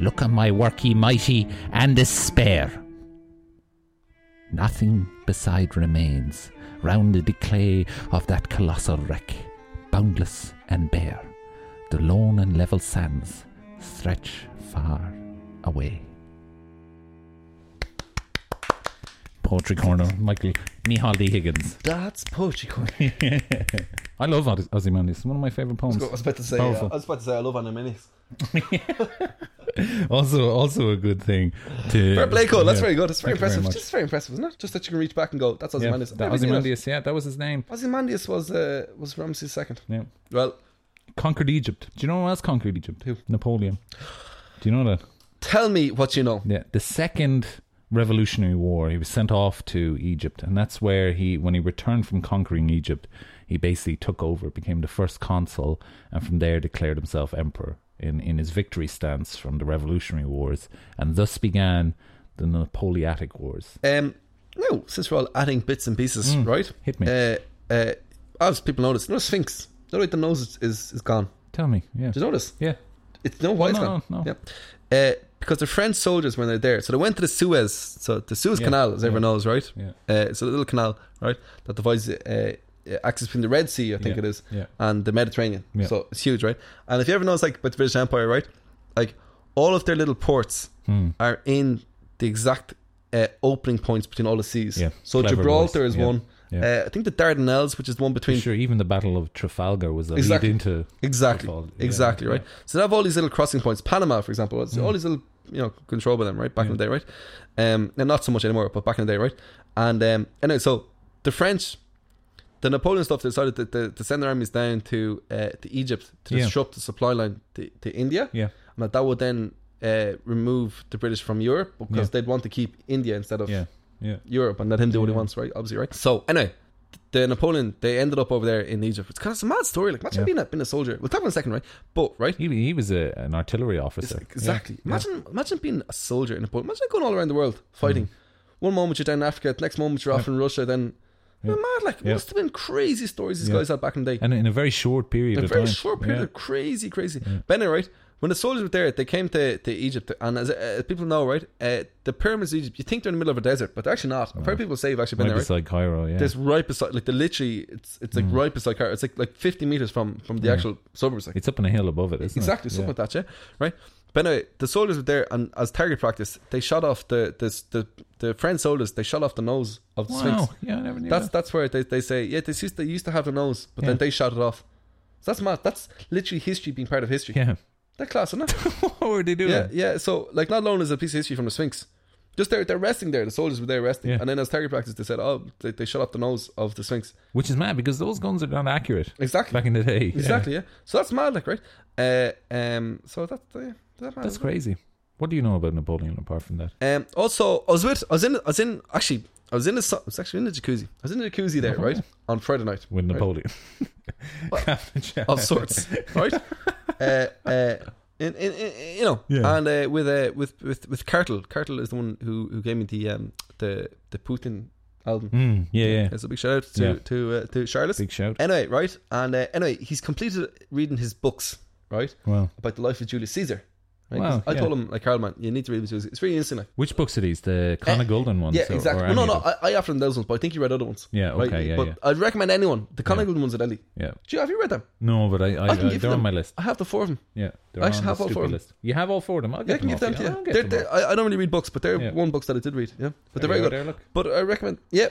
[SPEAKER 5] Look on my work, ye mighty, and despair. Nothing beside remains round the decay of that colossal wreck, boundless and bare. The lone and level sands stretch far away. Poetry Corner, Michael Mihal D. Higgins.
[SPEAKER 3] That's poetry corner.
[SPEAKER 1] I love Oz- Ozymandias. It's one of my favorite poems.
[SPEAKER 3] I was about to say. Uh, I
[SPEAKER 1] Powerful.
[SPEAKER 3] was about to say I love anonymous.
[SPEAKER 1] Also, also a good thing to.
[SPEAKER 3] Fair play, Cole. That's
[SPEAKER 1] Yeah.
[SPEAKER 3] very good. That's very
[SPEAKER 1] Thank you very
[SPEAKER 3] impressive.
[SPEAKER 1] much.
[SPEAKER 3] Just very impressive, isn't it? Just that you can reach back and go. That's
[SPEAKER 1] Yeah,
[SPEAKER 3] Ozymandias.
[SPEAKER 1] that Ozymandias. Yeah, that was his name.
[SPEAKER 3] Ozymandias was uh, was Ramses second.
[SPEAKER 1] Yeah.
[SPEAKER 3] Well,
[SPEAKER 1] Conquered Egypt. Do you know who else conquered Egypt?
[SPEAKER 3] Who?
[SPEAKER 1] Napoleon. Do you know that?
[SPEAKER 3] tell me what you know.
[SPEAKER 1] Yeah, the second Revolutionary War, he was sent off to Egypt, and that's where he, when he returned from conquering Egypt, he basically took over, became the first consul, and from there declared himself emperor in, in his victory stance from the Revolutionary Wars, and thus began the Napoleonic Wars.
[SPEAKER 3] Um, no, since we're all adding bits and pieces, right?
[SPEAKER 1] Mm, hit me.
[SPEAKER 3] Uh, uh, as people notice, no Sphinx. No, right, the nose is, is, is gone.
[SPEAKER 1] Tell me, yeah,
[SPEAKER 3] Did you notice?
[SPEAKER 1] yeah,
[SPEAKER 3] It's no, why it's
[SPEAKER 1] Oh, no,
[SPEAKER 3] gone?
[SPEAKER 1] no, no.
[SPEAKER 3] Yeah. Uh, because the French soldiers when they're there, so they went to the Suez. So the Suez
[SPEAKER 1] Yeah,
[SPEAKER 3] Canal, as everyone knows, right?
[SPEAKER 1] yeah,
[SPEAKER 3] Uh, it's a little canal, right, that divides uh, uh, access between the Red Sea, I think
[SPEAKER 1] Yeah,
[SPEAKER 3] it is,
[SPEAKER 1] yeah.
[SPEAKER 3] and the Mediterranean.
[SPEAKER 1] Yeah.
[SPEAKER 3] So it's huge, right? And if you ever notice, like, about the British Empire, right, like all of their little ports
[SPEAKER 1] Hmm.
[SPEAKER 3] are in the exact uh, opening points between all the seas.
[SPEAKER 1] Yeah,
[SPEAKER 3] So
[SPEAKER 1] clever
[SPEAKER 3] Gibraltar
[SPEAKER 1] boys,
[SPEAKER 3] is
[SPEAKER 1] yeah.
[SPEAKER 3] one,
[SPEAKER 1] Yeah.
[SPEAKER 3] Uh, I think the Dardanelles, which is the one between
[SPEAKER 1] Sure, even the Battle of Trafalgar was a
[SPEAKER 3] Exactly.
[SPEAKER 1] lead into.
[SPEAKER 3] Exactly.
[SPEAKER 1] Football, yeah,
[SPEAKER 3] exactly, right?
[SPEAKER 1] yeah. Mm.
[SPEAKER 3] So they have all these little crossing points. Panama, for example, was all these little, you know, controlled by them, right? Back in the day, right? Um, now, not so much anymore, but back in the day, right? And um, anyway, so the French, the Napoleon stuff they decided to, to, to send their armies down to uh, to Egypt to
[SPEAKER 1] Yeah.
[SPEAKER 3] disrupt the supply line to, to India.
[SPEAKER 1] Yeah.
[SPEAKER 3] And that, that would then uh, remove the British from Europe because
[SPEAKER 1] Yeah.
[SPEAKER 3] they'd want to keep India instead of
[SPEAKER 1] Yeah. Yeah.
[SPEAKER 3] Europe and let him do what he
[SPEAKER 1] Yeah.
[SPEAKER 3] wants, right? Obviously, right? So anyway, the Napoleon they ended up over there in Egypt. It's kind of it's a mad story. Like imagine
[SPEAKER 1] Yeah.
[SPEAKER 3] being a being a soldier. We'll talk about it in a second, right? But right,
[SPEAKER 1] He, he was a, an artillery
[SPEAKER 3] it's
[SPEAKER 1] officer.
[SPEAKER 3] like- exactly. Imagine imagine being a soldier in a boat. Imagine going all around the world
[SPEAKER 1] Mm-hmm.
[SPEAKER 3] fighting. One moment you're down in Africa, the next moment you're off in Russia. Then You're mad. Like
[SPEAKER 1] Yeah.
[SPEAKER 3] must have been crazy stories these
[SPEAKER 1] Yeah.
[SPEAKER 3] guys had back in the day.
[SPEAKER 1] Yeah. And in a very short period
[SPEAKER 3] In a
[SPEAKER 1] of
[SPEAKER 3] very
[SPEAKER 1] time.
[SPEAKER 3] short period,
[SPEAKER 1] Yeah.
[SPEAKER 3] of crazy, crazy. But anyway, right? When the soldiers were there, they came to, to Egypt, and as, uh, people know, right, uh, the pyramids of Egypt. You think they're in the middle of a desert, but they're actually not. I've heard people say they've actually been
[SPEAKER 1] Right
[SPEAKER 3] there. right?
[SPEAKER 1] beside Cairo, yeah. Mm.
[SPEAKER 3] This right beside, like the literally, it's it's like right beside Cairo. It's like like fifty meters from from the actual suburbs. Like
[SPEAKER 1] it's up on a hill above it, isn't
[SPEAKER 3] exactly
[SPEAKER 1] it?
[SPEAKER 3] something like that, yeah. Right. But anyway, the soldiers were there, and as target practice, they shot off the the the, the French soldiers. They shot off the nose of the
[SPEAKER 1] Yeah. Wow.
[SPEAKER 3] Sphinx.
[SPEAKER 1] Yeah, I never knew
[SPEAKER 3] That's
[SPEAKER 1] that.
[SPEAKER 3] that's where they, they say yeah they used to, they used to have the nose, but then
[SPEAKER 1] Yeah.
[SPEAKER 3] they shot it off. So that's mad. That's literally history being part of history.
[SPEAKER 1] Yeah.
[SPEAKER 3] That class, isn't it?
[SPEAKER 1] what were they doing?
[SPEAKER 3] Yeah, yeah. So like, not alone is it a piece of history from the Sphinx. Just they're they're resting there. The soldiers were there resting,
[SPEAKER 1] Yeah.
[SPEAKER 3] and then as target practice, they said, "Oh, they, they shot off the nose of the Sphinx."
[SPEAKER 1] Which is mad because those guns are not accurate
[SPEAKER 3] Exactly.
[SPEAKER 1] back in the day. Yeah.
[SPEAKER 3] Exactly, yeah. So that's mad, like, right? Uh, um, so that, uh, yeah, that mad,
[SPEAKER 1] That's
[SPEAKER 3] isn't it?
[SPEAKER 1] crazy. What do you know about Napoleon apart from that?
[SPEAKER 3] Um, also, I was with, I was in, I was in, actually, I was in the, su- I was actually in the jacuzzi. I was in the jacuzzi there, right, on Friday night
[SPEAKER 1] With Napoleon.
[SPEAKER 3] of sorts, right? Uh, uh, in, in, in, you know,
[SPEAKER 1] Yeah.
[SPEAKER 3] and uh, with uh, with with with Cartel. Cartel is the one who who gave me the um the the Putin album.
[SPEAKER 1] Mm, yeah, yeah.
[SPEAKER 3] It's a big shout out to
[SPEAKER 1] Yeah.
[SPEAKER 3] to uh, to Charlotte.
[SPEAKER 1] Big shout.
[SPEAKER 3] Anyway, right, and uh, anyway, he's completed reading his books, right?
[SPEAKER 1] Wow.
[SPEAKER 3] about the life of Julius Caesar. Right?
[SPEAKER 1] Wow,
[SPEAKER 3] 'Cause I
[SPEAKER 1] yeah.
[SPEAKER 3] told him, like, Carl, man, you need to read this. It's really interesting. Like.
[SPEAKER 1] Which books are these? The Connor Golden ones?
[SPEAKER 3] Eh, Yeah,
[SPEAKER 1] or-
[SPEAKER 3] exactly.
[SPEAKER 1] or
[SPEAKER 3] Well, no,
[SPEAKER 1] any
[SPEAKER 3] no,
[SPEAKER 1] of them?
[SPEAKER 3] I, I offered him those ones, but I think you read other ones.
[SPEAKER 1] Yeah,
[SPEAKER 3] right?
[SPEAKER 1] okay, yeah,
[SPEAKER 3] But
[SPEAKER 1] yeah.
[SPEAKER 3] I'd recommend anyone. The Conaghan ones are deadly.
[SPEAKER 1] Yeah.
[SPEAKER 3] Do you, have you read them?
[SPEAKER 1] No, but I, I,
[SPEAKER 3] I can
[SPEAKER 1] uh,
[SPEAKER 3] give you
[SPEAKER 1] they're
[SPEAKER 3] them.
[SPEAKER 1] on my list.
[SPEAKER 3] I have the four of them.
[SPEAKER 1] Yeah, they're
[SPEAKER 3] I
[SPEAKER 1] on
[SPEAKER 3] should
[SPEAKER 1] the
[SPEAKER 3] have all four
[SPEAKER 1] stupid
[SPEAKER 3] of them.
[SPEAKER 1] list. You have all four of them. I'll get
[SPEAKER 3] Yeah, I can
[SPEAKER 1] them
[SPEAKER 3] give them
[SPEAKER 1] off
[SPEAKER 3] to
[SPEAKER 1] you.
[SPEAKER 3] you.
[SPEAKER 1] I'll get
[SPEAKER 3] They're-
[SPEAKER 1] them
[SPEAKER 3] they're-
[SPEAKER 1] off.
[SPEAKER 3] I, I don't really read books, but they're
[SPEAKER 1] Yeah.
[SPEAKER 3] one books that I did read. Yeah, but
[SPEAKER 1] There
[SPEAKER 3] they're very
[SPEAKER 1] you
[SPEAKER 3] good.
[SPEAKER 1] go there, look.
[SPEAKER 3] But I recommend. Yeah.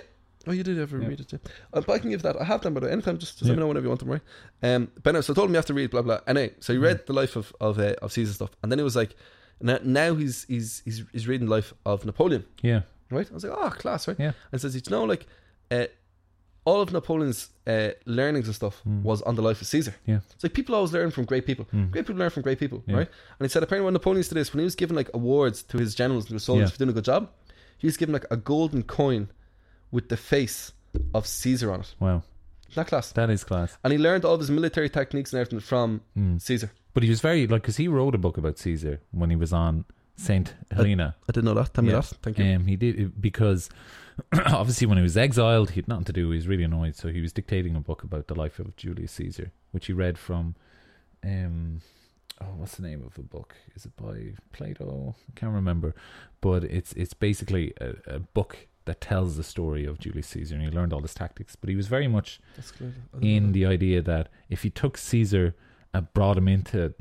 [SPEAKER 3] Oh, you did have to read it. Yeah. Uh, but I can give that. I have them, but anytime, just, just let me know whenever you want them, right? Um, but no, so I told him you have to read blah blah. Anyway, so
[SPEAKER 1] Mm-hmm.
[SPEAKER 3] he read the life of of uh, of Caesar stuff, and then it was like, now, now he's he's he's he's reading life of Napoleon,
[SPEAKER 1] Yeah,
[SPEAKER 3] right? I was like, oh, class, right?
[SPEAKER 1] Yeah.
[SPEAKER 3] And says, you know, like, uh, all of Napoleon's uh, learnings and stuff was on the life of Caesar.
[SPEAKER 1] Hmm. yeah.
[SPEAKER 3] It's like people always learn from great people.
[SPEAKER 1] hmm.
[SPEAKER 3] Great people learn from great people, right? And he said apparently when Napoleon used to do this, when he was giving like awards to his generals and to his soldiers
[SPEAKER 1] Yeah.
[SPEAKER 3] for doing a good job, he was given like a golden coin with the face of Caesar on it.
[SPEAKER 1] Wow,
[SPEAKER 3] Isn't that class?
[SPEAKER 1] that is class. Hmm.
[SPEAKER 3] And he learned all of his military techniques and everything from Caesar.
[SPEAKER 1] But he was very like because he wrote a book about Caesar when he was on Saint Helena.
[SPEAKER 3] I didn't know that. Tell me that. Thank you.
[SPEAKER 1] Um, he did because obviously when he was exiled, he had nothing to do. He was really annoyed, so he was dictating a book about the life of Julius Caesar, which he read from. Um, oh, what's the name of the book? Is it by Plato? I can't remember, but it's it's basically a, a book that tells the story of Julius Caesar, and he learned all his tactics. But he was very much
[SPEAKER 3] That's good. Mm-hmm.
[SPEAKER 1] in the idea that if he took Caesar and brought him into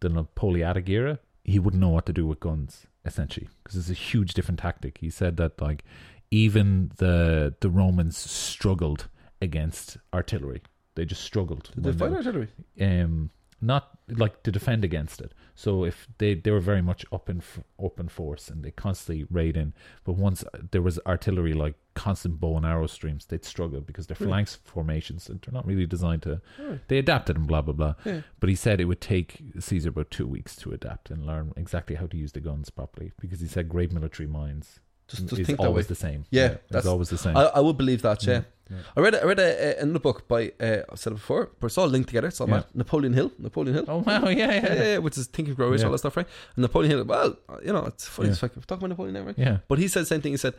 [SPEAKER 1] the Napoleonic era, he wouldn't know what to do with guns, essentially, because it's a huge different tactic. He said that like even the the Romans struggled against artillery; they just struggled.
[SPEAKER 3] Did they
[SPEAKER 1] when
[SPEAKER 3] fight
[SPEAKER 1] were-
[SPEAKER 3] artillery?
[SPEAKER 1] um, not like to defend against it. So if they they were very much up in f- up in force and they constantly raid in, but once there was artillery like constant bow and arrow streams, they'd struggle because
[SPEAKER 3] Hmm.
[SPEAKER 1] their phalanx formations and they're not really designed to. They adapted and blah blah blah.
[SPEAKER 3] Hmm.
[SPEAKER 1] But he said it would take Caesar about two weeks to adapt and learn exactly how to use the guns properly because he said great military minds
[SPEAKER 3] Just, just
[SPEAKER 1] is
[SPEAKER 3] think that way.
[SPEAKER 1] always the same.
[SPEAKER 3] Yeah,
[SPEAKER 1] it's
[SPEAKER 3] that's-
[SPEAKER 1] always the same.
[SPEAKER 3] I, I would believe that,
[SPEAKER 1] Mm,
[SPEAKER 3] yeah. I read I read a, a, another book by uh, I said it before, but it's all linked together. It's all
[SPEAKER 1] Yeah.
[SPEAKER 3] mad. Napoleon Hill. Napoleon Hill.
[SPEAKER 1] oh wow, yeah, yeah,
[SPEAKER 3] yeah,
[SPEAKER 1] yeah.
[SPEAKER 3] yeah, which is Think and Grow Rich,
[SPEAKER 1] Yeah.
[SPEAKER 3] all that stuff, right? And Napoleon Hill, well, you know, it's funny.
[SPEAKER 1] Yeah.
[SPEAKER 3] It's like, we're talking about Napoleon now, right?
[SPEAKER 1] Yeah.
[SPEAKER 3] But he said the same thing. He said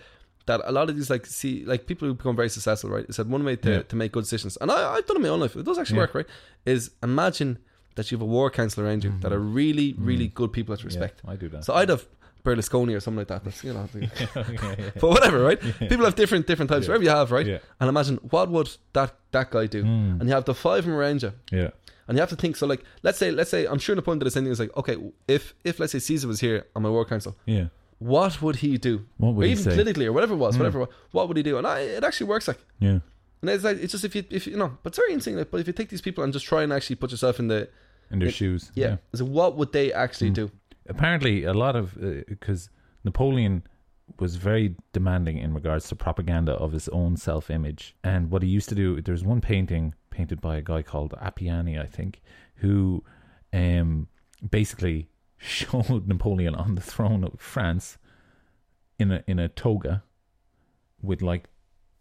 [SPEAKER 3] that a lot of these, like, see, like people who become very successful, right? He said one way to,
[SPEAKER 1] Yeah.
[SPEAKER 3] to make good decisions, and I, I've done it in my own life, it does actually
[SPEAKER 1] Yeah.
[SPEAKER 3] work, right? Is imagine that you have a war council around you that
[SPEAKER 1] Mm.
[SPEAKER 3] are really, really good people that you respect.
[SPEAKER 1] I do that.
[SPEAKER 3] So I'd have Berlusconi or something like that. That's, you know,
[SPEAKER 1] yeah, yeah.
[SPEAKER 3] but whatever, right? People have different different types, whatever you have, right?
[SPEAKER 1] Yeah.
[SPEAKER 3] And imagine what would that that guy do?
[SPEAKER 1] Hmm.
[SPEAKER 3] And you have the five of them around you
[SPEAKER 1] yeah.
[SPEAKER 3] and you have to think. So, like, let's say, let's say, I'm sure Napoleon did the same thing. It's like, okay, if if let's say Caesar was here on my war council,
[SPEAKER 1] Yeah.
[SPEAKER 3] what would he do?
[SPEAKER 1] What would
[SPEAKER 3] or
[SPEAKER 1] he
[SPEAKER 3] even
[SPEAKER 1] say? Hmm.
[SPEAKER 3] politically or whatever it was, whatever. it was, What would he do? And I, it actually works. Like,
[SPEAKER 1] Yeah.
[SPEAKER 3] And it's like it's just if you if you know, but it's very insane. like, But if you take these people and just try and actually put yourself in the
[SPEAKER 1] in their
[SPEAKER 3] It-
[SPEAKER 1] shoes.
[SPEAKER 3] yeah, so what would they actually
[SPEAKER 1] Hmm.
[SPEAKER 3] do?
[SPEAKER 1] apparently a lot of because Napoleon was very demanding in regards to propaganda of his own self image. And what he used to do, there's one painting painted by a guy called Appiani, I think, who um, basically showed Napoleon on the throne of France in a in a toga with like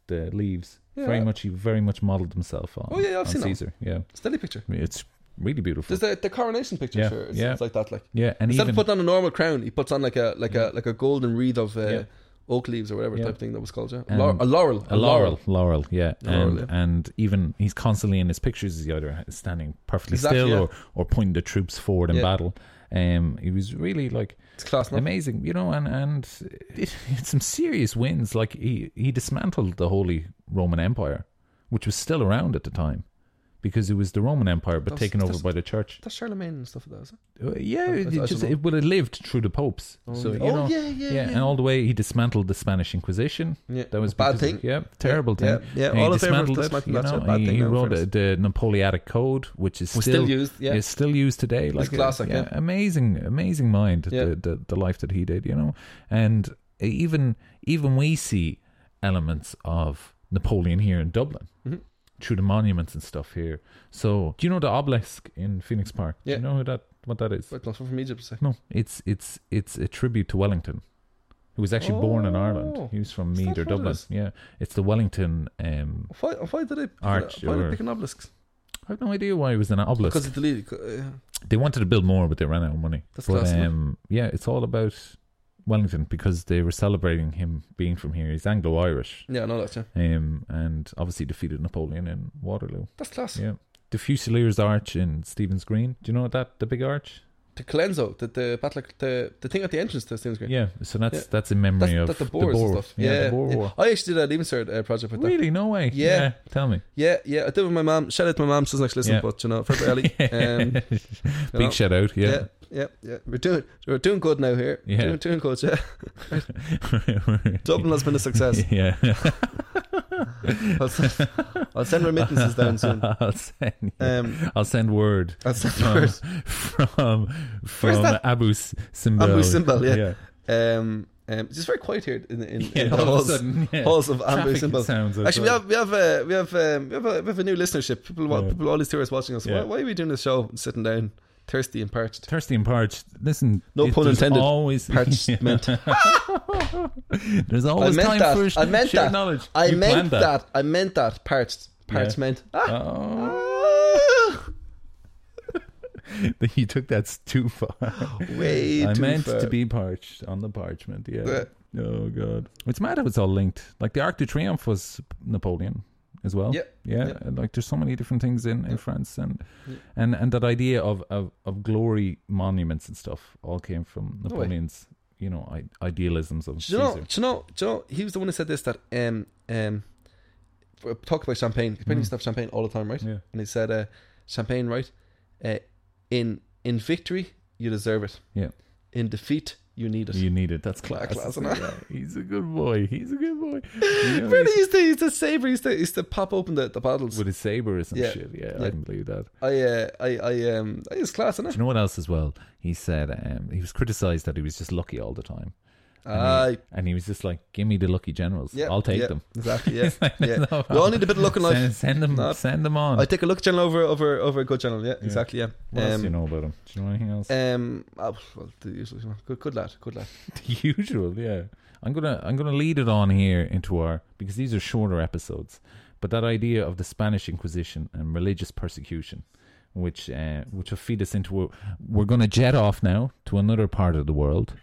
[SPEAKER 1] the leaves. very
[SPEAKER 3] Yeah.
[SPEAKER 1] much, he very much modeled himself on.
[SPEAKER 3] Oh, yeah,
[SPEAKER 1] on
[SPEAKER 3] I've seen that.
[SPEAKER 1] Caesar. Yeah,
[SPEAKER 3] Steady picture.
[SPEAKER 1] I mean, it's really beautiful.
[SPEAKER 3] There's the, the coronation picture.
[SPEAKER 1] Yeah,
[SPEAKER 3] sure, it's,
[SPEAKER 1] yeah.
[SPEAKER 3] it's like that. Like
[SPEAKER 1] yeah, and
[SPEAKER 3] instead
[SPEAKER 1] even
[SPEAKER 3] of putting on a normal crown, he puts on like a like a like a golden wreath of uh,
[SPEAKER 1] Yeah.
[SPEAKER 3] oak leaves or whatever
[SPEAKER 1] Yeah.
[SPEAKER 3] type thing that was called. Yeah,
[SPEAKER 1] And-
[SPEAKER 3] Laure- a laurel,
[SPEAKER 1] A laurel, laurel, yeah,
[SPEAKER 3] A
[SPEAKER 1] and
[SPEAKER 3] laurel, yeah.
[SPEAKER 1] and even he's constantly in his pictures. He's either standing perfectly
[SPEAKER 3] Exactly,
[SPEAKER 1] still
[SPEAKER 3] yeah.
[SPEAKER 1] or or pointing the troops forward in
[SPEAKER 3] Yeah.
[SPEAKER 1] battle. Um, he was really like
[SPEAKER 3] It's class. No?
[SPEAKER 1] amazing, you know, and and it, it's some serious wins. Like he he dismantled the Holy Roman Empire, which was still around at the time, because it was the Roman Empire but
[SPEAKER 3] That's-
[SPEAKER 1] taken over
[SPEAKER 3] that's-
[SPEAKER 1] by the church.
[SPEAKER 3] That's Charlemagne and stuff like that. Is it?
[SPEAKER 1] Uh, yeah,
[SPEAKER 3] I-
[SPEAKER 1] it,
[SPEAKER 3] I- I
[SPEAKER 1] just
[SPEAKER 3] don't know.
[SPEAKER 1] it would have lived through the popes. so you
[SPEAKER 3] oh
[SPEAKER 1] know,
[SPEAKER 3] yeah, yeah, yeah.
[SPEAKER 1] and all the way he dismantled the Spanish Inquisition.
[SPEAKER 3] Yeah.
[SPEAKER 1] That was
[SPEAKER 3] bad
[SPEAKER 1] because of-
[SPEAKER 3] thing.
[SPEAKER 1] Yeah, terrible
[SPEAKER 3] Yeah,
[SPEAKER 1] thing.
[SPEAKER 3] yeah,
[SPEAKER 1] And
[SPEAKER 3] all
[SPEAKER 1] he
[SPEAKER 3] in favor of
[SPEAKER 1] dismantled it.
[SPEAKER 3] dismantling
[SPEAKER 1] you
[SPEAKER 3] that's a
[SPEAKER 1] know,
[SPEAKER 3] bad
[SPEAKER 1] he,
[SPEAKER 3] thing,
[SPEAKER 1] he
[SPEAKER 3] no,
[SPEAKER 1] wrote
[SPEAKER 3] fairness.
[SPEAKER 1] it- the Napoleonic Code, which is
[SPEAKER 3] Was
[SPEAKER 1] still,
[SPEAKER 3] still used, yeah.
[SPEAKER 1] is still used today. Like uh,
[SPEAKER 3] classic, yeah.
[SPEAKER 1] amazing, amazing mind.
[SPEAKER 3] Yeah.
[SPEAKER 1] The, the the life that he did, you know, and even even we see elements of Napoleon here in Dublin
[SPEAKER 3] Mm-hmm.
[SPEAKER 1] through the monuments and stuff here. So do you know the obelisk in Phoenix Park?
[SPEAKER 3] Yeah.
[SPEAKER 1] Do you know who that what that is?
[SPEAKER 3] But not from Egypt. So.
[SPEAKER 1] No, it's it's it's a tribute to Wellington, who was actually born in Ireland.
[SPEAKER 3] Oh.
[SPEAKER 1] He was from
[SPEAKER 3] Is
[SPEAKER 1] Meath
[SPEAKER 3] that
[SPEAKER 1] or
[SPEAKER 3] what it
[SPEAKER 1] Dublin.
[SPEAKER 3] is?
[SPEAKER 1] Yeah, it's the Wellington. Um,
[SPEAKER 3] Why, why did they
[SPEAKER 1] Arch
[SPEAKER 3] why did
[SPEAKER 1] or-
[SPEAKER 3] they pick an obelisk?
[SPEAKER 1] I have no idea why it was an obelisk.
[SPEAKER 3] Because it deleted. uh, yeah.
[SPEAKER 1] they wanted to build more, but they ran out of money.
[SPEAKER 3] That's
[SPEAKER 1] but,
[SPEAKER 3] class, isn't it?
[SPEAKER 1] um, yeah, it's all about Wellington because they were celebrating him being from here. He's Anglo-Irish,
[SPEAKER 3] Yeah, no, that's yeah.
[SPEAKER 1] um, and obviously defeated Napoleon in Waterloo.
[SPEAKER 3] That's class.
[SPEAKER 1] Yeah, the Fusiliers Arch in Stephen's Green. Do you know that the big arch?
[SPEAKER 3] The Colenso, the the, battle, the the thing at the entrance to Stevens Green.
[SPEAKER 1] Yeah, so that's
[SPEAKER 3] Yeah.
[SPEAKER 1] that's in memory
[SPEAKER 3] That's,
[SPEAKER 1] of
[SPEAKER 3] that's the Boers
[SPEAKER 1] Boer-
[SPEAKER 3] and stuff.
[SPEAKER 1] Yeah,
[SPEAKER 3] Yeah,
[SPEAKER 1] the Boer
[SPEAKER 3] yeah.
[SPEAKER 1] War.
[SPEAKER 3] I actually did a Leaving Cert uh, project with that.
[SPEAKER 1] Really? No way.
[SPEAKER 3] Yeah.
[SPEAKER 1] tell me.
[SPEAKER 3] Yeah, yeah. I did with my mom. Shout out to my mom. She doesn't actually listen,
[SPEAKER 1] Yeah.
[SPEAKER 3] but you know, fair play, Ellie. Um,
[SPEAKER 1] Big
[SPEAKER 3] you know,
[SPEAKER 1] shout out, yeah.
[SPEAKER 3] yeah, yeah, yeah. We're doing we're doing good now here.
[SPEAKER 1] Yeah.
[SPEAKER 3] Doing, doing good. Yeah. Dublin has been a success.
[SPEAKER 1] yeah.
[SPEAKER 3] I'll, send, I'll send remittances down soon.
[SPEAKER 1] I'll send. you-
[SPEAKER 3] Um,
[SPEAKER 1] I'll send word
[SPEAKER 3] I'll send
[SPEAKER 1] from
[SPEAKER 3] first.
[SPEAKER 1] from,
[SPEAKER 3] Where's
[SPEAKER 1] from
[SPEAKER 3] that?
[SPEAKER 1] Abu S- Simbel.
[SPEAKER 3] Abu Simbel, yeah.
[SPEAKER 1] yeah.
[SPEAKER 3] Um, um, it's just very quiet here in in,
[SPEAKER 1] Yeah,
[SPEAKER 3] in
[SPEAKER 1] all of a
[SPEAKER 3] halls,
[SPEAKER 1] sudden, yeah.
[SPEAKER 3] halls of Amber
[SPEAKER 1] Traffic
[SPEAKER 3] Symbol.
[SPEAKER 1] sounds outside.
[SPEAKER 3] Actually, we have we have uh, we have um, we have, a, we have a new listenership. People, wa-
[SPEAKER 1] Yeah.
[SPEAKER 3] people, all these tourists watching us.
[SPEAKER 1] Yeah.
[SPEAKER 3] Why, why are we doing this show and sitting down, thirsty and parched?
[SPEAKER 1] Thirsty and parched. Listen,
[SPEAKER 3] No
[SPEAKER 1] it-
[SPEAKER 3] pun
[SPEAKER 1] there's
[SPEAKER 3] intended.
[SPEAKER 1] Always
[SPEAKER 3] Parchment.
[SPEAKER 1] There's
[SPEAKER 3] I
[SPEAKER 1] always time
[SPEAKER 3] meant that.
[SPEAKER 1] for
[SPEAKER 3] I meant
[SPEAKER 1] shared
[SPEAKER 3] that.
[SPEAKER 1] knowledge.
[SPEAKER 3] I
[SPEAKER 1] You
[SPEAKER 3] meant
[SPEAKER 1] planned
[SPEAKER 3] that. I meant that. Parched. Ah. Parchment. Ah.
[SPEAKER 1] Oh, you took that too far.
[SPEAKER 3] Way
[SPEAKER 1] I
[SPEAKER 3] too
[SPEAKER 1] meant
[SPEAKER 3] far.
[SPEAKER 1] to be parched on the parchment. Yeah.
[SPEAKER 3] Yeah.
[SPEAKER 1] Oh god. It's mad how it's all linked. Like the Arc de Triomphe was Napoleon as well.
[SPEAKER 3] Yep.
[SPEAKER 1] Yeah.
[SPEAKER 3] Yep.
[SPEAKER 1] and, Like there's so many different things in, in France and,
[SPEAKER 3] Yep.
[SPEAKER 1] and and that idea of, of, of glory monuments and stuff all came from
[SPEAKER 3] No way.
[SPEAKER 1] Napoleon's you know I- idealisms of
[SPEAKER 3] Do you know?
[SPEAKER 1] Caesar.
[SPEAKER 3] Do you know? Do you know? He was the one who said this. That um um, we talk about champagne. He's
[SPEAKER 1] Mm.
[SPEAKER 3] mm. stuff champagne all the time, right?
[SPEAKER 1] Yeah.
[SPEAKER 3] And he said, uh, champagne, right? Uh, in in victory, you deserve it.
[SPEAKER 1] Yeah.
[SPEAKER 3] In defeat, you need it.
[SPEAKER 1] You need it. That's class.
[SPEAKER 3] class, isn't it?
[SPEAKER 1] Yeah, He's a good boy. He's a good boy. You know,
[SPEAKER 3] Really,
[SPEAKER 1] he's-
[SPEAKER 3] he's the he's the saver. He's the he's the pop open the, the bottles.
[SPEAKER 1] With his saber and
[SPEAKER 3] Yeah.
[SPEAKER 1] shit. Yeah, I
[SPEAKER 3] Yeah.
[SPEAKER 1] can believe that.
[SPEAKER 3] I uh, I I um I was class,
[SPEAKER 1] Do
[SPEAKER 3] innit?
[SPEAKER 1] you know what else as well? He said um, he was criticised that he was just lucky all the time.
[SPEAKER 3] Aye,
[SPEAKER 1] And he was just like, "Give me the lucky generals.
[SPEAKER 3] yeah,
[SPEAKER 1] I'll take
[SPEAKER 3] yeah,
[SPEAKER 1] them.
[SPEAKER 3] Exactly, yeah,
[SPEAKER 1] Like,
[SPEAKER 3] yeah.
[SPEAKER 1] no
[SPEAKER 3] we all
[SPEAKER 1] problem.
[SPEAKER 3] need a bit of luck in life.
[SPEAKER 1] Send, send them,
[SPEAKER 3] No.
[SPEAKER 1] send them on."
[SPEAKER 3] I take a look channel over over over a good channel. Yeah, exactly. Yeah.
[SPEAKER 1] what else
[SPEAKER 3] um,
[SPEAKER 1] do you know about him? Do you know anything else?
[SPEAKER 3] Um, oh, well, the usual, you know, good, good lad, good lad.
[SPEAKER 1] the usual, yeah. I'm gonna, I'm gonna lead it on here into our because these are shorter episodes. But that idea of the Spanish Inquisition and religious persecution, which, uh, which will feed us into, a, we're gonna jet off now to another part of the world.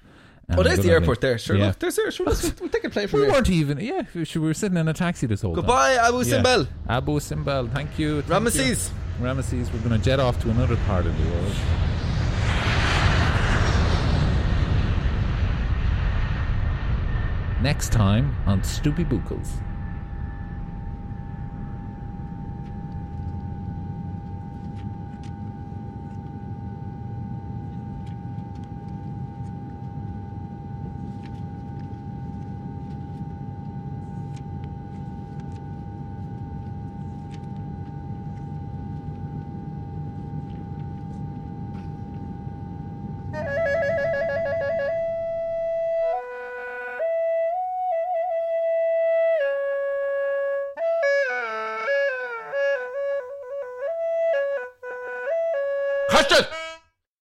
[SPEAKER 1] And
[SPEAKER 3] oh,
[SPEAKER 1] I'm
[SPEAKER 3] there's the
[SPEAKER 1] gonna
[SPEAKER 3] airport there. Sure,
[SPEAKER 1] Yeah.
[SPEAKER 3] look, there's there. Sure, let's, we'll, we'll take a plane from
[SPEAKER 1] We
[SPEAKER 3] here.
[SPEAKER 1] weren't even, yeah. We we were sitting in a taxi this whole time.
[SPEAKER 3] Goodbye, Abu
[SPEAKER 1] Yeah.
[SPEAKER 3] Simbel,
[SPEAKER 1] Abu Simbel, thank you. thank you.
[SPEAKER 3] Ramesses.
[SPEAKER 1] Ramesses, we're going to jet off to another part of the world. Next time on Stoopy Bookles. question!